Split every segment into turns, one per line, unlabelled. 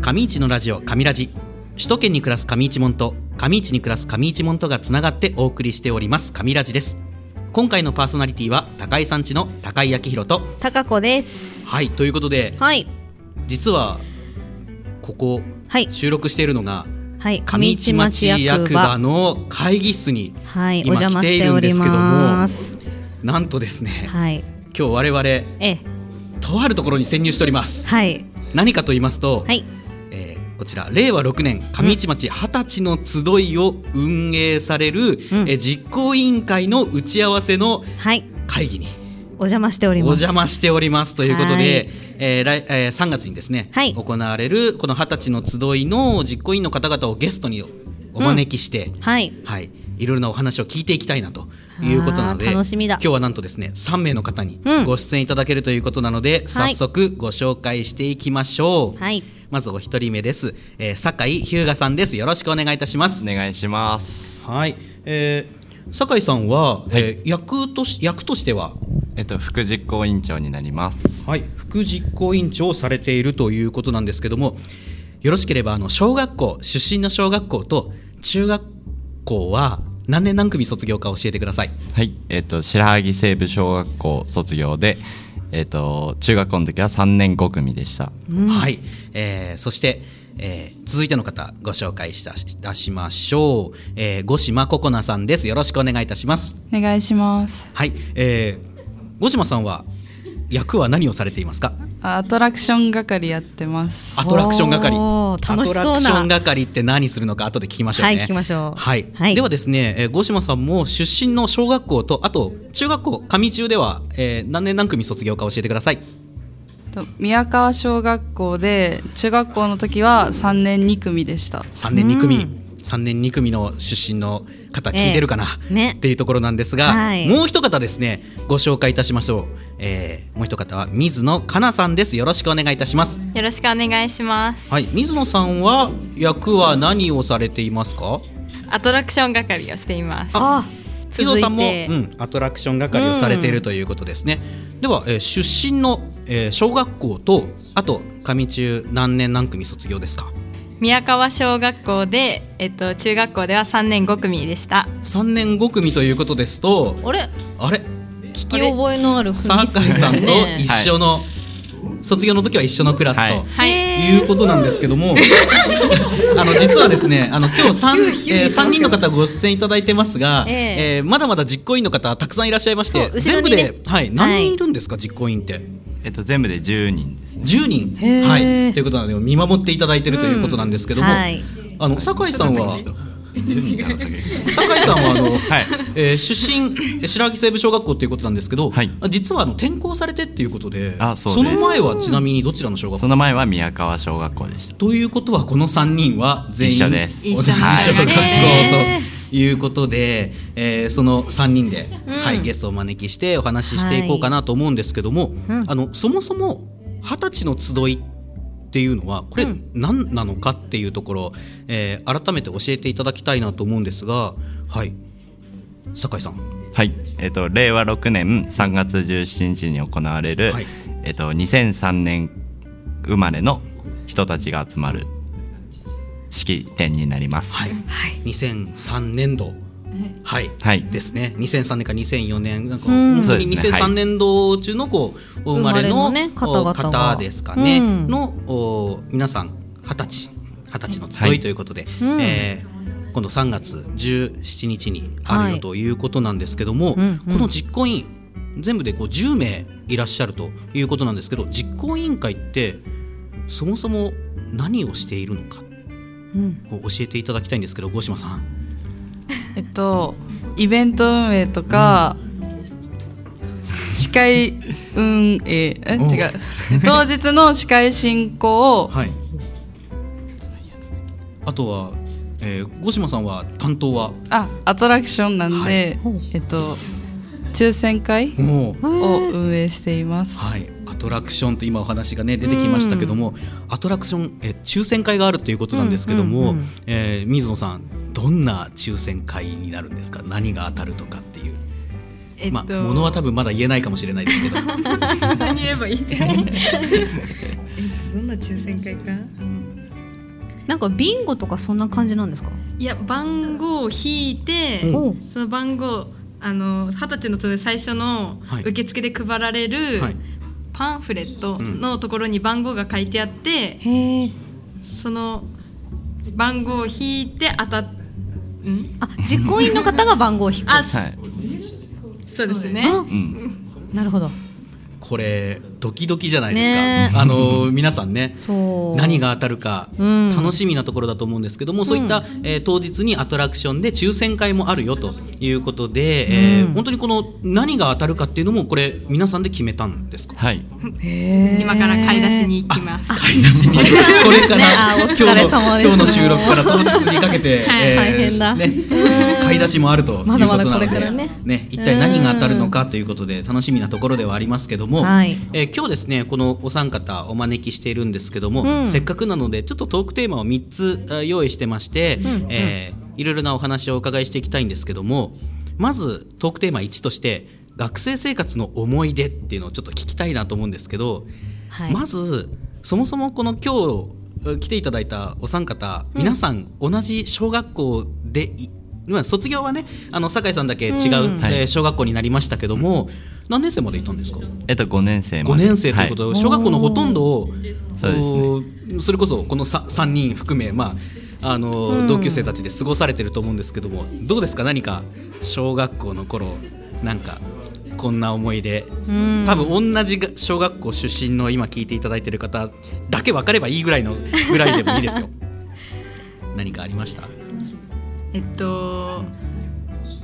上市のラジオ上ラジ首都圏に暮らす上市門と上市に暮らす上市門とがつながってお送りしております上ラジです今回のパーソナリティは高井さんちの高井明宏と
たかこです
はいということで
はい
実はここ、
はい
収録しているのが
はい
上市町役場の会議室に
はいお
今
邪
来
魔
て
し
い
て
る
お
んで
り
すけども
ます
なんとですね
はい
今日我々
ええ
とあるところに潜入しております
はい
何かと言いますと、
はい
えーこちら令和6年上市町二十歳の集いを運営される、
うん
えー実行委員会の打ち合わせの
はい
会議に
お邪魔してお
お
ります
邪魔しておりますということ
は
で
い、
えー来えー3月にですね、
はい
行われるこの二十歳の集いの実行委員の方々をゲストにお招きして、
はい
はい、いろいろなお話を聞いていきたいなということなので
あー楽しみだ
今日はなんとですね3名の方に
うん
ご出演いただけるということなので、
は
早
い
速ご紹介していきましょう、
はい
まずお一人目です、えー、酒井日向さんですよろしくお願いいたします
お願いします。
はい、えー、酒井さんは、
はい
えー役とし役としては
えっと副実行委員長になります。
はい、副実行委員長をされているということなんですけどもよろしければあの小学校出身の小学校と中学校は何年何組卒業か教えてください
はい、えっと白萩西部小学校卒業で、えっと中学校の時は3年5組でした。
はい、えーそして、えー続いての方ご紹介したし出しましょう、えー、五島ココナさんですよろしくお願いいたします
お願いします
はい、えー、五島さんは役は何をされていますか
あアトラクション係やってます
アトラクション係
おー楽しそう
アト
な
ラクション係って何するのか後で聞きましょうね
はい聞きましょう
はい、
はい
ではですね、えー、五島さんも出身の小学校とあと中学校上中では、えー、何年何組卒業か教えてください
と宮川小学校で中学校の時は3年2組でした
3年2組、
うん
3年2組の出身の方聞いてるかな、
ええね
っていうところなんですが、
はい
もう一方ですねご紹介いたしましょう、えーもう一方は水野かなさんですよろしくお願いいたします
よろしくお願いします。
はい水野さんは役は何をされていますか
アトラクション係をしています。
あ
水野
続い
さんも、う
て、
ん、アトラクション係をされているということですね、では、えー出身の、えー小学校とあと上中何年何組卒業ですか
宮川小学校で、えっと、中学校では3年5組でした。
3年5組ということですと
あれ
あれ
聞き覚えのある
サー
雰囲気
カイさんと
ね
一緒の、卒業の時は一緒のクラスと、
はい
い
はい。
うことなんですけども、 あの実はですね、あの今日三えー三人の方ご出演いただいてますが、
え
えーまだまだ実行委員の方たくさんいらっしゃいまして、
そう後ろ
全部
にね
で、はい、何人いるんですか、実行委員って。
えっと全部で10人です。
10人、
へー
はい、ということなので見守っていただいているということなんですけども、
うんはい
あの酒井さんは
10人なのか
酒井さんはあの、
はい
えー出身えー白木西部小学校ということなんですけど、
はい
実はあの転校されてっていうことで
あそうです
の前はちなみにどちらの小学
そ
校
の前は宮川小学校でした。
ということはこの3人は全員
一緒です
同じ小
一緒
です
学校
ね
ということで、えーその3人で、はい、ゲストをお招きしてお話ししていこうかなと思うんですけども、
うん
あのそもそも二十歳の集いっていうのはこれ
うん
何なのかっていうところ、えー改めて教えていただきたいなと思うんですがはい酒井さん
はい、えっと令和6年3月17日に行われる、
はい
えっと2003年生まれの人たちが集まる式典になります。
はい、2003年度はい、
はい
ですね2003年か2004年なんか
うん
本当に
そうですね
2003年度中のこうお生まれの
生まれのね方々
お
が
方ですかね、
うん
のお皆さん二十歳二十歳の集
はいい
ということで、
うん
えー今度3月17日にある
は
よ
い
ということなんですけども、
うんうん
この実行委員全部でこう10名いらっしゃるということなんですけど実行委員会ってそもそも何をしているのか
うん
を教えていただきたいんですけど五島さん。
えっとイベント運営とか、司会運営え
おう
違う当日の司会進行を
はい。あとは、えー、五島さんは担当は。
あアトラクションなんで、
はい
えっと抽選会
もう。
を運営しています、
はい、アトラクションと今お話がね出てきましたけども、アトラクションえー抽選会があるということなんですけども、
うんうんうん
えー水野さんどんな抽選会になるんですか何が当たるとかっていう、
えっと、
まあものは多分まだ言えないかもしれないですけど
何言えばいいじゃん。どんな抽選会か
なんかビンゴとかそんな感じなんですか。
いや番号を引いて、
うん
お
その番号あの二十歳の年最初の
はい
受付で配られる、
はい
パンフレットのところに番号が書いてあって、
へえ。
その番号を引いて当たっん
あ、実行委員の方が番号を引く。
あ、
はい、
そうですね
あ
うん、
なるほど。
これドキドキじゃないですか、
ねえ
あの皆さんね
そう。
何。が当たるか
うん
楽しみなところだと思うんですけども、そういった、えー当日にアトラクションで抽選会もあるよということで、えー
うん
本当にこの何が当たるかっていうのもこれ皆さんで決めたんですか
はい、
今
今
から買い出し。に行きます
買い出しに これから
あーお
今日
疲
の
れ様です
今日の収録から当日にかけ て、えー
大変だ
ね、買い出しもあるということ
まだまだ
なので
これからね
一体何が当たるのかということで楽しみなところではありますけども、
はい
えー今日ですねこのお三方お招きしているんですけども、
うん
せっかくなのでちょっとトークテーマを3つえー用意してまして、
ん
えーいろいろなお話をお伺いしていきたいんですけどもまずトークテーマ1として学生生活の思い出っていうのをちょっと聞きたいなと思うんですけど、
はい。
まずそもそもこの今日え来ていただいたお三方、皆さん同じ小学校でいまあ卒業はねあの酒井さんだけ違う、
うん
えー
はい
小学校になりましたけども、何年生までいたんですか
えっと5年生ま
5
で
年生ということで、
はい
小学校のほとんどを
そうですね
おーそれこそこの 3, 三人含め、まああのー
うん
同級生たちで過ごされてると思うんですけどもどうですか何か小学校の頃なんかこんな思い出
うん
多分同じが小学校出身の今聞いていただいてる方だけ分かればいいぐらいのぐらいでもいいです よ何かありました
えっと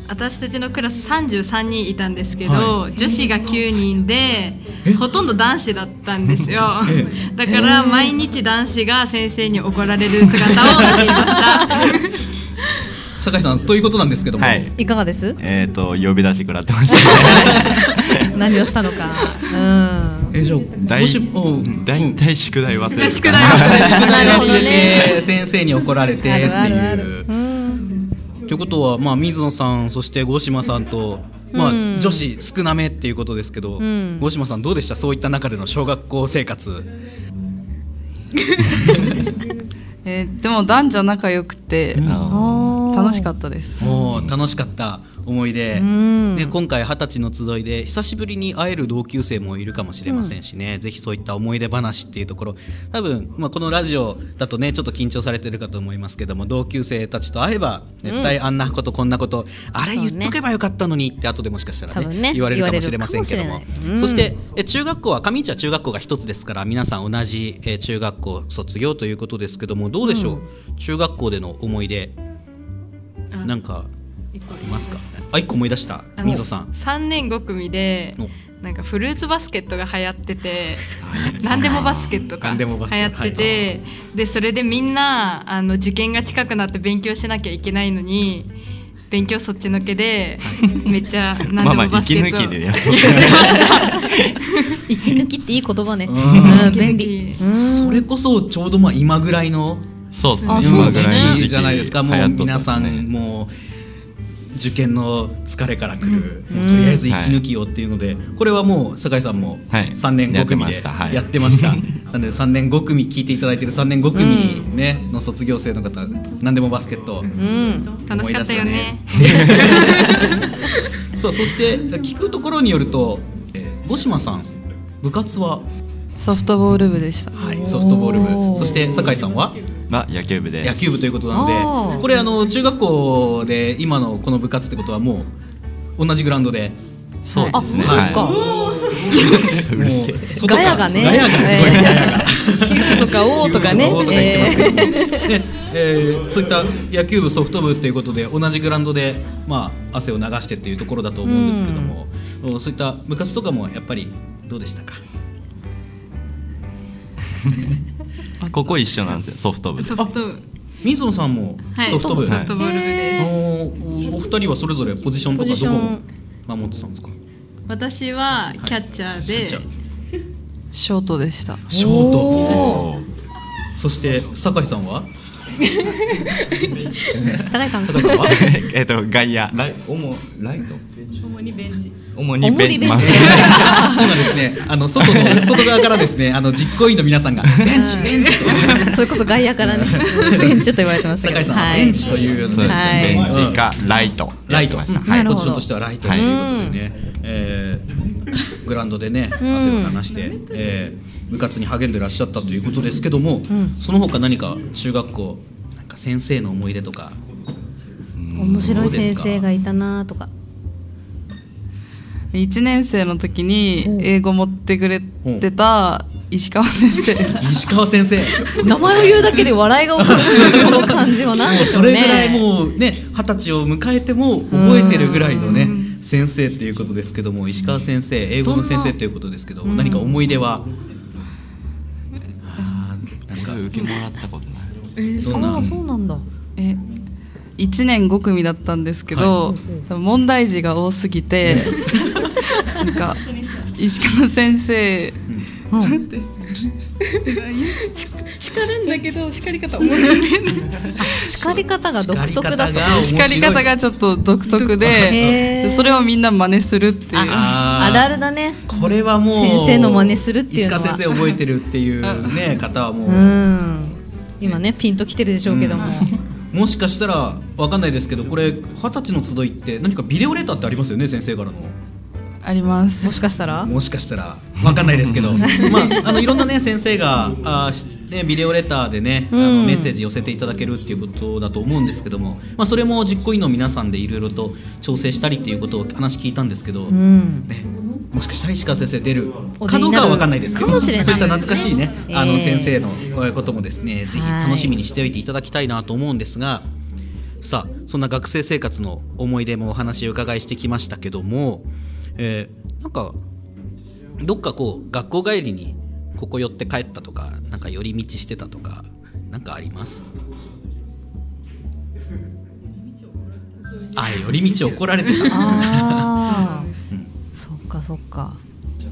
私たちのクラス33人いたんですけど、
は
女子が9人でほとんど男子だったんですよだから毎日男子が先生に怒られる姿を見ていま した
酒井さんということなんですけども、
はい
いか がです。
えっと呼び出し食らってました、ね、
何をしたの か。うん。
えじゃあ
大
もしも
大体宿題忘れて
宿題
宿
は
題
なるほ
忘
ど
れて
ね
先生に怒られてって
あるあるあ
い
る
う。
う。ん。
ということは、まあ、水野さんそして郷島さんと、まあ
うん
女子少なめっていうことですけど、
うん
郷島さんどうでしたそういった中での小学校生活
えーでも男女仲良くて
あ
あ
楽し
た。
かったです
もう楽しかった思い出、
うん
ね、今回二十歳の集いで久しぶりに会える同級生もいるかもしれませんしね、ぜひそういった思い出話っていうところ多分、まあ、このラジオだとねちょっと緊張されてるかと思いますけども同級生たちと会えば絶対あんなことこんなこと、あれ
そう
言
ね
っとけばよかったのにって後でもしかしたら
多
ね
分ね
言われるかもしれませんけど
言わ
も
れるかもしれないうん
そしてえ中学校は上市は中学校が一つですから皆さん同じえ中学校卒業ということですけどもどうでしょう、中学校での思い出なんかありますかあ一個思い出した
あの
水野さん
3年5組で
の
なんかフルーツバスケットが流行ってて何でもバスケットか
何で
流
も
行
バスケッ
っ
ト
ててでそれでみんなあの受験が近くなって勉強しなきゃいけないのに勉強そっちのけでめっ ちゃ
まあ
何で
まあ
もバスケ
息
ッ
抜
ト
きでやっ
や
と
息抜きっていい言葉ね。
うん
うん便利。うん
それこそちょうどまあ今ぐらいの
そうですね
あそう
今
で
ぐ
すね
らいの時期
じゃないですかも
流
う
行っとった
皆
ですね
さんもう受験の疲れからくる、もうとりあえず息抜きをっていうので、これはもう酒井さんも
はい
3年5組
やってま
で
したはい
やってま した、なので3年5組聞いていただいてる3年5組、ねの卒業生の方何でもバスケット、
うん。
楽しかったよね
思い出すよね そうそして聞くところによるとえー五島さん部活は、
ソフトボール部でした
はい、ソフトボール
お
部
ー
そして酒井さんは
まあ野球部で す
野球部ということな
あ
ので
ー
これあの中学校で今のこの部活ってことはもう同じグラウンドで
そう
あ、
で
そ
す
う
ね
か。
い、うるせえ
もう外
ガヤがね。
ガヤがすごい、
えー
ガヤが。
ヒューとかオーとかね。
ヒューとかオーとか言ってますけどもねえーそういった野球部ソフト部ということで同じグラウンドで、まあ、汗を流してっていうところだと思うんですけども、うんそういった部活とかもやっぱりどうでしたか
ここ一緒なんですよソフト部で
ソフト部
水野さんも
はい
ソフト部、
はい
ソフトボール部
あ
です
のお二人はそれぞれポジションとか
ポジシ
ど
ョ
こ
ン
を守ってたんですか
私はキャッチャー
キャッチャ
で
ー
ショートでした
ショート
おー
おー
そして酒井さんは
高井さん。
酒井さんは
えっと外野ライ主ライト主に
主にベンチ
まあ
今ですね、あの外の外側からですね、あの実行委員の皆さんがベンチベンチと
それこそ外 野からね、ベンチと言われてましたけど。
酒井さんは
はい
ベンチというような
そうです、
はい
ベンチかライト
ライト
やってました
な
はい
る
ポ
ほど
ジションとしてはライトということでね、えーグラウンドでね
ん
汗を流して、えー部活に励んでらっしゃったということですけども、その他何か中学校なんか先生の思い出とか
面白い先生がいたなとか。
1年生の時に
うん
英語持ってくれてた石川先生
石川先生
名前を言うだけで笑いが起こるこの感じは何
もう
でしょ
そう
ね。
れぐらいもうね二十歳を迎えても覚えてるぐらいのね先生っていうことですけども石川先生英語の先生ということですけども何か思い出は、あーなんか
受けもらったことない
どんな
ああ、そうなんだ。
え1年5組だったんですけど、多分問題児が多すぎて なんか石川先生
叱るんだけど叱り方思い出
叱り方が独特だと。
面白
叱
い
り方がちょっと独特
へ
で
ー
それをみんな真似するっていう
ああるあるだね。
これはもう
先生の真似するっていうのは
石川先生覚えてるっていうね方はもう、
うん。今ね、ピンときてるでしょうけども。
もしかしたらわかんないですけどこれ二十歳の集いって何かビデオレターってありますよね先生からの。
あります
もしかしたら
もしかしたらわかんないです けど、まあ、あのいろんな、ね、先生があーしね、ビデオレターで、ねあ
う
の
ん
メッセージ寄せていただけるっていうことだと思うんですけども、まあ、それも実行委員の皆さんでいろいろと調整したりっていうことを話聞いたんですけど、
うん。
ね、もしかしたら石川先生出る
お
か
出
どう
に
か
なる
は分かんないですけど
かもしれない
そういった懐かしいね、
ですね
あ
え
の
え
先生のえーこともですねぜひ楽しみにしておいていただきたいなと思うんですがさあそんな学生生活の思い出もお話を伺いしてきましたけども、えーなんかどっかこう学校帰りにここ寄って帰ったとかなんか寄り道してたとかなんかありますあ寄り道怒られてた
ああ。そっかそっか。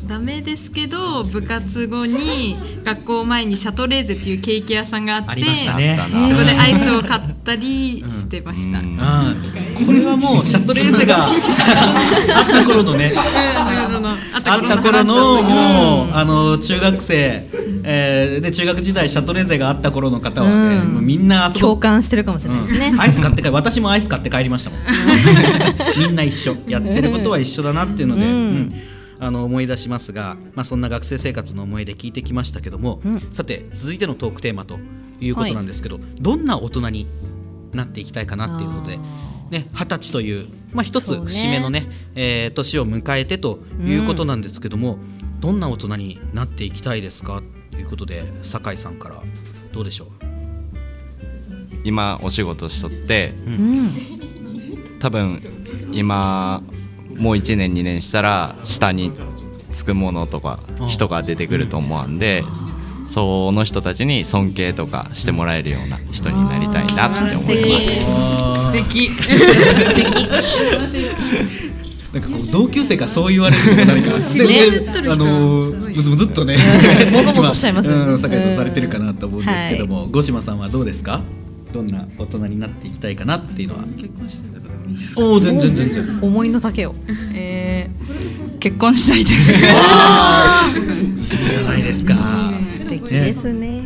ダメですけど部活後に学校前にシャトレーゼっていうケーキ屋さんがあって
ありましたね
あった
そ
な
こでアイスを買ったりしてました、
うん
ああこれはもうシャトレーゼがあった頃のね
あ
あった頃の
話だ
もうあの中学生、えーで中学時代シャトレーゼがあった頃の方はね、
うん
もうみんなあそこ
共感してるかもしれないですね
うん。アイス買って帰私もアイス買って帰りま したもんみんな一緒やってることは一緒だなっていうので、
うん
うんあの思い出しますが、まあ、そんな学生生活の思い出聞いてきましたけども、
うん
さて続いてのトークテーマということなんですけど、どんな大人になっていきたいかなっていうことで
あ。
ね、二十歳という、まあ、一つ
そうね
節目のねえー年を迎えてということなんですけども、どんな大人になっていきたいですかということで酒井さんからどうでしょ
今お仕事しとって
うん。
多分今もう1年2年したら下につくものとか
うん
人が出てくると思うんでその人たちに尊敬とかしてもらえるような人になりたいなって思います
素敵
なんかこう同級生がそう言われると何か
ね
でであのーずずっとね
うん もぞもぞしちゃいますよね
今うん酒井さんされてるかなと思うんですけども、五島さんはどうですかどんな大人になっていきたいかなっていうのは結婚してたからおお全然全然
思いの丈を。
えー結婚したいです
いいじゃないですか
素敵ですね。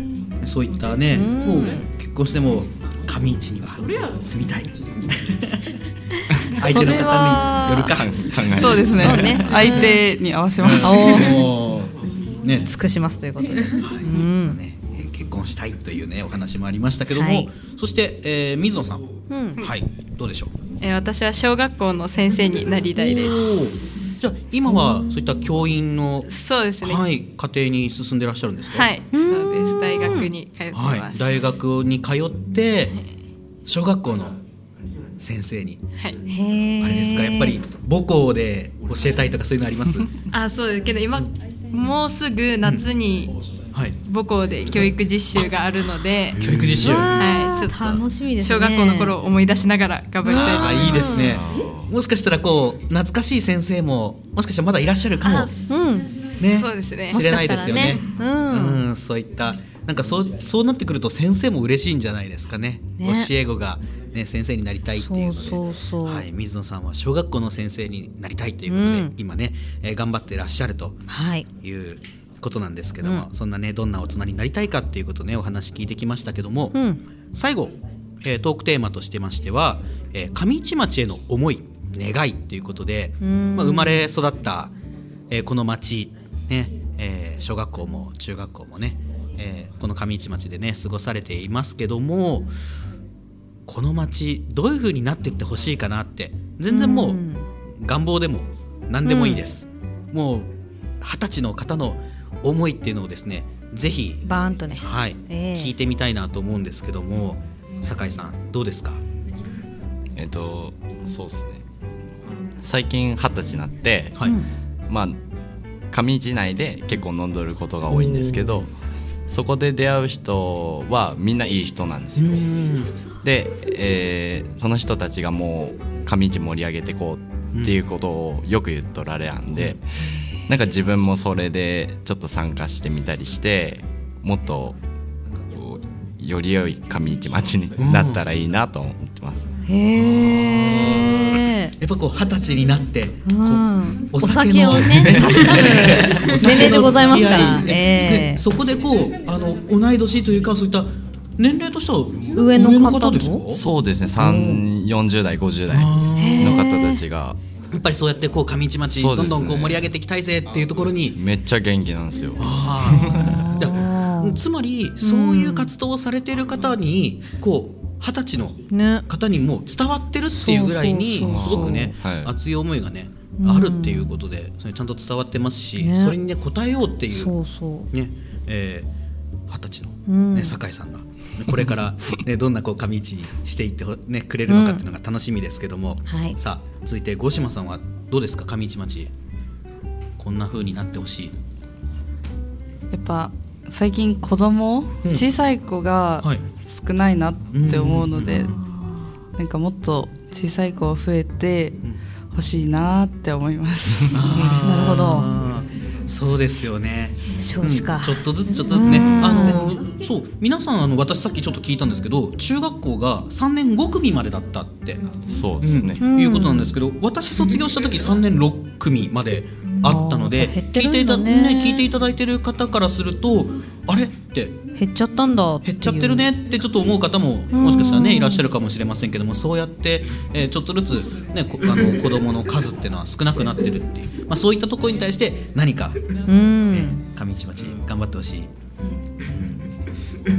そういったね、
うん
もう結婚しても上市には住みたい。相手の方によるか。
考える
そうですね
そうね
相手に合わせます
もうね、
尽くしますということで。うん。
ねえー結婚したいというねお話もありましたけども、
はい
そして、えー、水野さん、
うん
はいどうでしょう。
えー私は小学校の先生になりたいで
おーじゃあ今はそういった教員の、
すそうですねは、
はいい家庭に進んでらっしゃるんですか。
そうです大学に通っ
はい
てます、はい
大学に通って小学校の先生に。
へえ。
あれですかやっぱり。母校で教えたいとかそういうのあり ます
あそうですけど今もうすぐ夏に
はい
母校で教育実習があるので、
教育実習
わ
はい、ちょっと
楽しみですね。
小学校の頃を思い出しながら頑張りたいと思
あ
います
ーいいですねもしかしたらこう懐かしい先生ももしかしたらまだいらっしゃるかも
うん。
ね
そうですね
知れないですよね
もしかしたらねうん
うんそういったなんかそうそうなってくると先生も嬉しいんじゃないですかね
ね
教え子がね、先生になりたいっていうので
そうそうそう
はい、水野さんは小学校の先生になりたいということで、
うん
今ね、えー頑張ってらっしゃると
はい
いうことなんですけども、
う
そんなねどんな大人になりたいかっていうことねお話聞いてきましたけども、
うん
最後、えートークテーマとしてましては、えー上市町への思い願いということで、
うん
まあ、生まれ育った、えーこの町、ねえー小学校も中学校もね、えーこの上市町でね過ごされていますけどもこの町どういう風になってってほしいかなって全然もう
うん
願望でも何でもいいです、もう二十歳の方の思いっていうのをですねぜひ
バーンとね
はい、
ええ
聞いてみたいなと思うんですけども酒井さんどうですか
えっとそうですね最近二十歳になって、
はい、
まあ上市内で結構飲んどることが多いんですけどそこで出会う人はみんないい人なんですよで、えーその人たちがもう上市盛り上げてこうっていうことをよく言っとられやんで、なんか自分もそれでちょっと参加してみたりしてもっとこうより良い上市町になったらいいなと思ってます、
へえ
やっぱこう二十歳になってこう
うん
お
お
酒
酒
の
をねたしなむ
お酒の
年齢でございますから
付き合い
え
で
え
そこでこうあの同い年というかそういった年齢としては
上の方と
ですか
そうですね3 4 0代50代の方たちが
やっぱりそうやってこう上市町
そう
ど
です
んど
ね
んこう盛り上げていきたいぜっていうところに
めっちゃ元気なんですよ
あー
あ
だ
ー
つまりそういう活動をされている方にこう二十歳の
ね
方にもう伝わってるっていうぐらいに
そうそう
す
そう
ごくね
はい
熱い思いがね
うん
あるっていうことでそれちゃんと伝わってますし
ね
それにね応えようってい
そううそう
ねえー二十歳
う
の
ん
ね酒井さんがこれ からねどんなこう上市にしていってほねくれるのかっていうのが楽しみですけども
はい
さあ続いて五島さんはどうですか上市町こんな風になってほしい
やっぱ最近子供、
うん
小さい子が
はい
少ないなって思うので、
う
なんかもっと小さい子増えてほしいなって思います、
な
るほど
そうですよね
少子化
うんちょっとずつちょっとずつね
うん
あのそう皆さんあの私さっきちょっと聞いたんですけど中学校が3年5組までだったって、
そう
う
ですね、
んいうことなんですけど私卒業した時3年6組まであったので
あー減って
聞
る
い
ん
ていた
だね
ね聞いていただいてる方からするとあれって
減っちゃったんだってい
減
う
っちゃってるねってちょっと思う方ももしかしたらねいらっしゃるかもしれませんけどもそうやって、えーちょっとずつ、ね、こあ の子どもの数っていうのは少なくなってるっていう、まあ、そういったところに対して何か、ね
うん
上市町頑張ってほしい、うん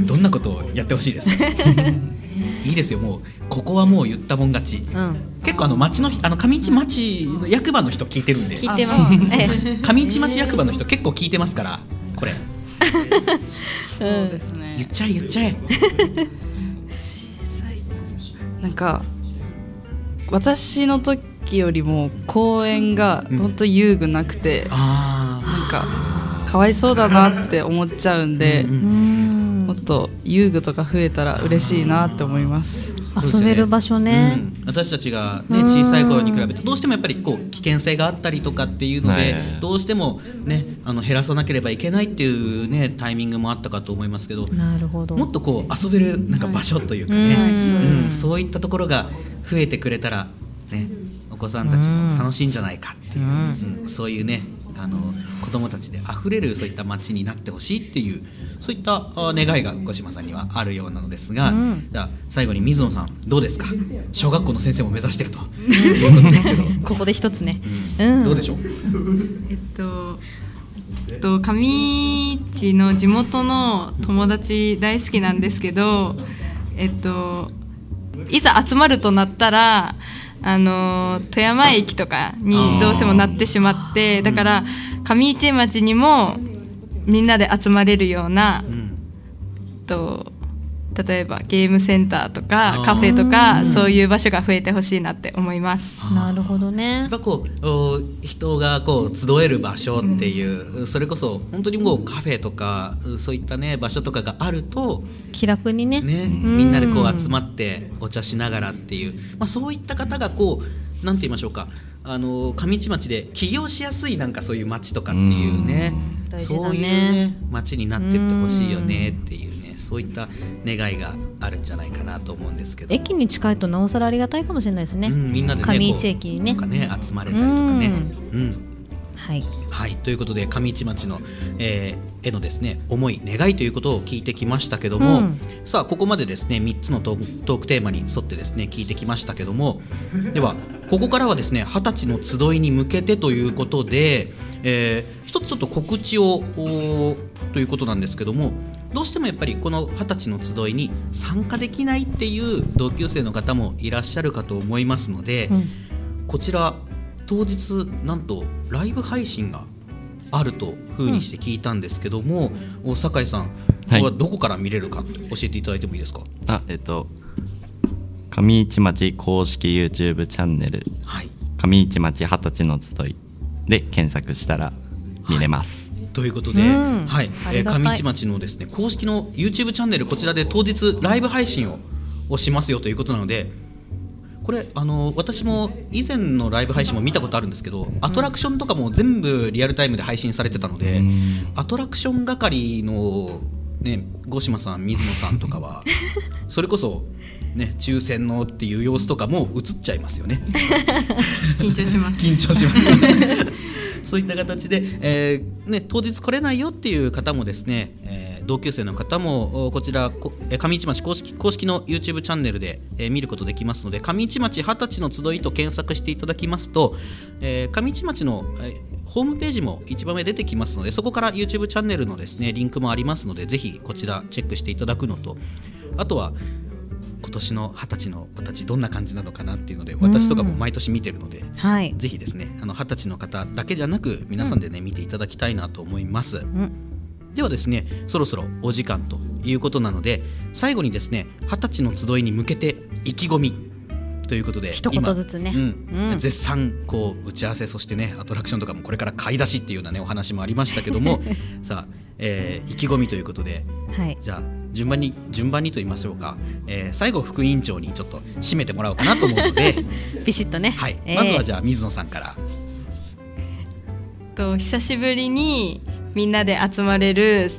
どんなことをやってほしいですか いいですよもうここはもう言ったもん勝ち
うん
結構あの町の人あの上市町の役場の人聞いてるんで
聞いてますね
上市町役場の人結構聞いてますからこ れ
そうですね
言っちゃえ言っちゃえ
なんか私の時よりも公園が本当遊具なくて、
あ
なんかかわいそうだなって思っちゃうんで、
う
も
ん
っと遊具とか増えたら嬉しいなって思います
遊べる場所ね
うん私たちが、
う
ね、
ん
小さい頃に比べてどうしてもやっぱりこう危険性があったりとかっていうの
は
で
いはい
どうしても、ね、あの減らさなければいけないっていう、ね、タイミングもあったかと思いますけど
なるほど
もっとこう遊べるなんか場所というかね、
はい
うんそういったところが増えてくれたら、ね、お子さんたちも楽しいんじゃないかっていう、うんそういうねあの子どもたちであふれるそういった街になってほしいっていうそういったあ願いが五島さんにはあるようなのですが、
うん
じゃあ最後に水野さんどうですか小学校の先生も目指してるということですけど、
ここで一つね
う
うんん
どうでしょう、
えっと、えっと、上市の地元の友達大好きなんですけど、えっと、いざ集まるとなったら、あの富山駅とかにどうしてもなってしまってだから上市町にもみんなで集まれるような
うん
えっと例えばゲームセンターと
あ
か
ー
カフェと
う
か
ん
そういう場所が増えてほしいなって思います。
なるほどね
やっぱこうお人がこう集える場所っていう、それこそ本当にもうカフェとかそういったね場所とかがあると
気楽にね
ね、
ん
みんなでこう集まってお茶しながらっていう、まあ、そういった方がこうなんて言いましょうかあの上市町で起業しやすいなんかそういう町とかっていうね
うん
そういう
大事だ
ね町になってってほしいよねっていうねそういった願いがあるんじゃないかなと思うんですけど
駅に近いとなおさらありがたいかもしれないですね、
うん、みんなでね
上市駅にね
こうなんかね集まれたりとかねうん、
はい
はいということで上市町の、えーへのですね思い願いということを聞いてきましたけども、
うん
さあここまでですね3つのトークトークテーマに沿ってですね聞いてきましたけどもではここからはですね二十歳の集いに向けてということで、えー一つちょっと告知をおーということなんですけどもどうしてもやっぱりこの二十歳の集いに参加できないっていう同級生の方もいらっしゃるかと思いますので、
うん
こちら当日なんとライブ配信があるというふうにして聞いたんですけども、お酒井さん、こ
はい
れはどこから見れるか教えていただいてもいいですか。
あえっと上市町公式 YouTube チャンネル
はい、
上市町二十歳の集いで検索したら見れます、
ということで、
うん
はい
あ
え
り
ー
がたい
上市町のですね公式の YouTube チャンネルこちらで当日ライブ配信ををしますよということなのでこれあの私も以前のライブ配信も見たことあるんですけどアトラクションとかも全部リアルタイムで配信されてたので、
うん
アトラクション係の、ね、五島さん水野さんとかはそれこそ、ね、抽選のっていう様子とかも映っちゃいますよね。
緊張します
緊張します、 そういった形で、えーね、当日来れないよっていう方もですね、えー同級生の方もおこちらこえー上市町公式公式の YouTube チャンネルで、えー見ることできますので上市町二十歳の集いと検索していただきますと、えー上市町の、えーホームページも一番目出てきますのでそこから YouTube チャンネルのですねリンクもありますのでぜひこちらチェックしていただくのとあとは今年の二十歳の子たちどんな感じなのかなっていうので私とかも毎年見てるので、
はい、
ぜひですね、あの二十歳の方だけじゃなく、皆さんでね、見ていただきたいなと思います。
うん、
ではですね、そろそろお時間ということなので、最後にですね、二十歳の集いに向けて意気込み。ということで
一言ずつね
今
う
うんん、絶賛こう打ち合わせそしてねアトラクションとかもこれから買い出しっていうようなねお話もありましたけど もさあ、えー意気込みということで
はい
じゃあ順番に順番にと言いましょうか、えー最後副委員長にちょっと締めてもらおうかなと思うので、
ビシッとね、
はい
えー
まずはじゃあ水野さんから
と久しぶりにみんなで集まれる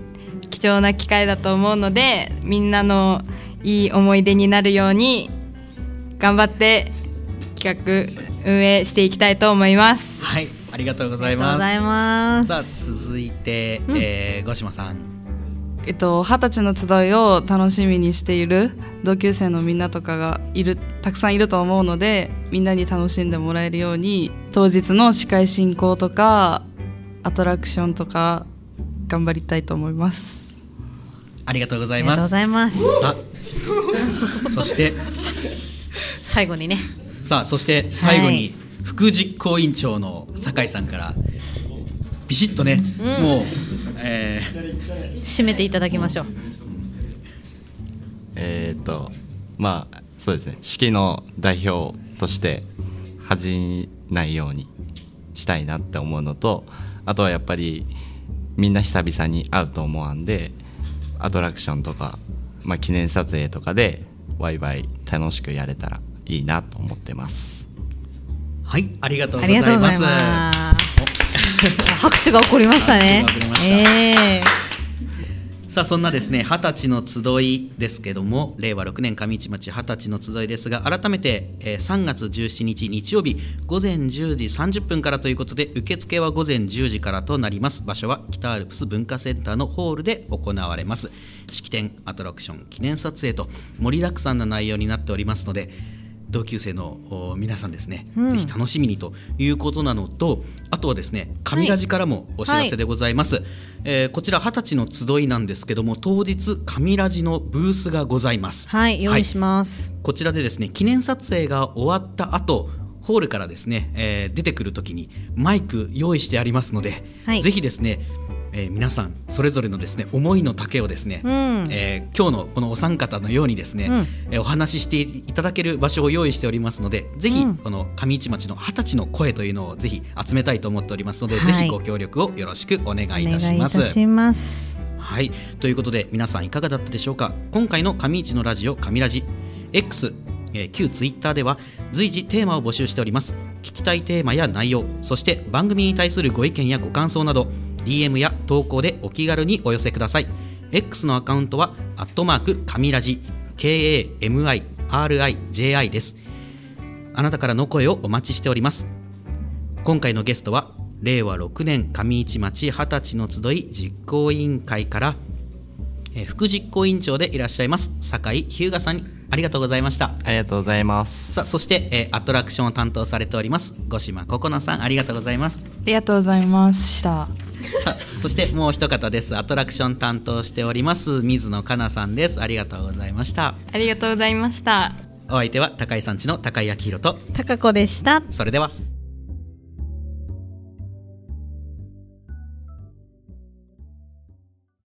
貴重な機会だと思うのでみんなのいい思い出になるように頑張って企画運営していきたいと思います
はい、ありがとうござ
あ
い
りがと
ます。
うございます
さあ続いて、えー、五島さん。
えっと、二十歳の集いを楽しみにしている同級生のみんなとかがいるたくさんいると思うのでみんなに楽しんでもらえるように当日の司会進行とかアトラクションとか頑張りたいと思います
ありがとうござ
あ
い
りが
ま
とうご
す。
ざいます
さあそして
最後にね
さあそして最後に、
はい
副実行委員長の酒井さんからビシッとね、
うん
もう、えー
締めていただきましょう
えーっとまあそうですね式の代表として恥じないようにしたいなって思うのとあとはやっぱりみんな久々に会うと思うんでアトラクションとか、まあ、記念撮影とかでワイワイ楽しくやれたらいいなと思ってます
はいありがとうござ
あり
い
がとうご
ま
ざい
す。
ます拍手が起こりましたね
拍手が起こりました
ええ
さあそんなですね二十歳の集いですけども令和6年上市町二十歳の集いですが改めて、えー3月17日日曜日午前10時30分からということで受付は午前10時からとなります場所は北アルプス文化センターのホールで行われます式典アトラクション記念撮影と盛りだくさんな内容になっておりますので同級生のお皆さんですね、
うん
ぜひ楽しみにということなのとあとはですね上ラジからもお知らせでございます、えーこちら二十歳の集いなんですけども当日上ラジのブースがございます
はい用意し
は
ます
いこちらでですね記念撮影が終わった後ホールからですね、えー出てくるときにマイク用意してありますので、
はい
ぜひですね、えー皆さんそれぞれのですね思いの丈をですね、
うん
えー今日のこのお三方のようにですね、
うん
えーお話ししていただける場所を用意しておりますのでぜひ、
うん
この上市町の二十歳の声というのをぜひ集めたいと思っておりますので、
はい
ぜひご協力をよろしくお願いいたします。
お願いいたします
はいということで皆さんいかがだったでしょうか今回の上市のラジオ上ラジ X、えー旧ツイッターでは随時テーマを募集しております聞きたいテーマや内容そして番組に対するご意見やご感想など DM や投稿でお気軽にお寄せください X のアカウントは「アットマークカミラジ」KAMIRIJI ですあなたからの声をお待ちしております今回のゲストは令和6年上市町二十歳の集い実行委員会からえー副実行委員長でいらっしゃいます酒井日向さんにありがとうございました
ありがとうございます
さあそして、えーアトラクションを担当されております五島ここなさんありがとうございます
ありがとうございました。
さあそしてもう一方ですアトラクション担当しております水野かなさんですありがとうございました
ありがとうございました。
お相手は高井さんちの高井明宏と
高子でした
それでは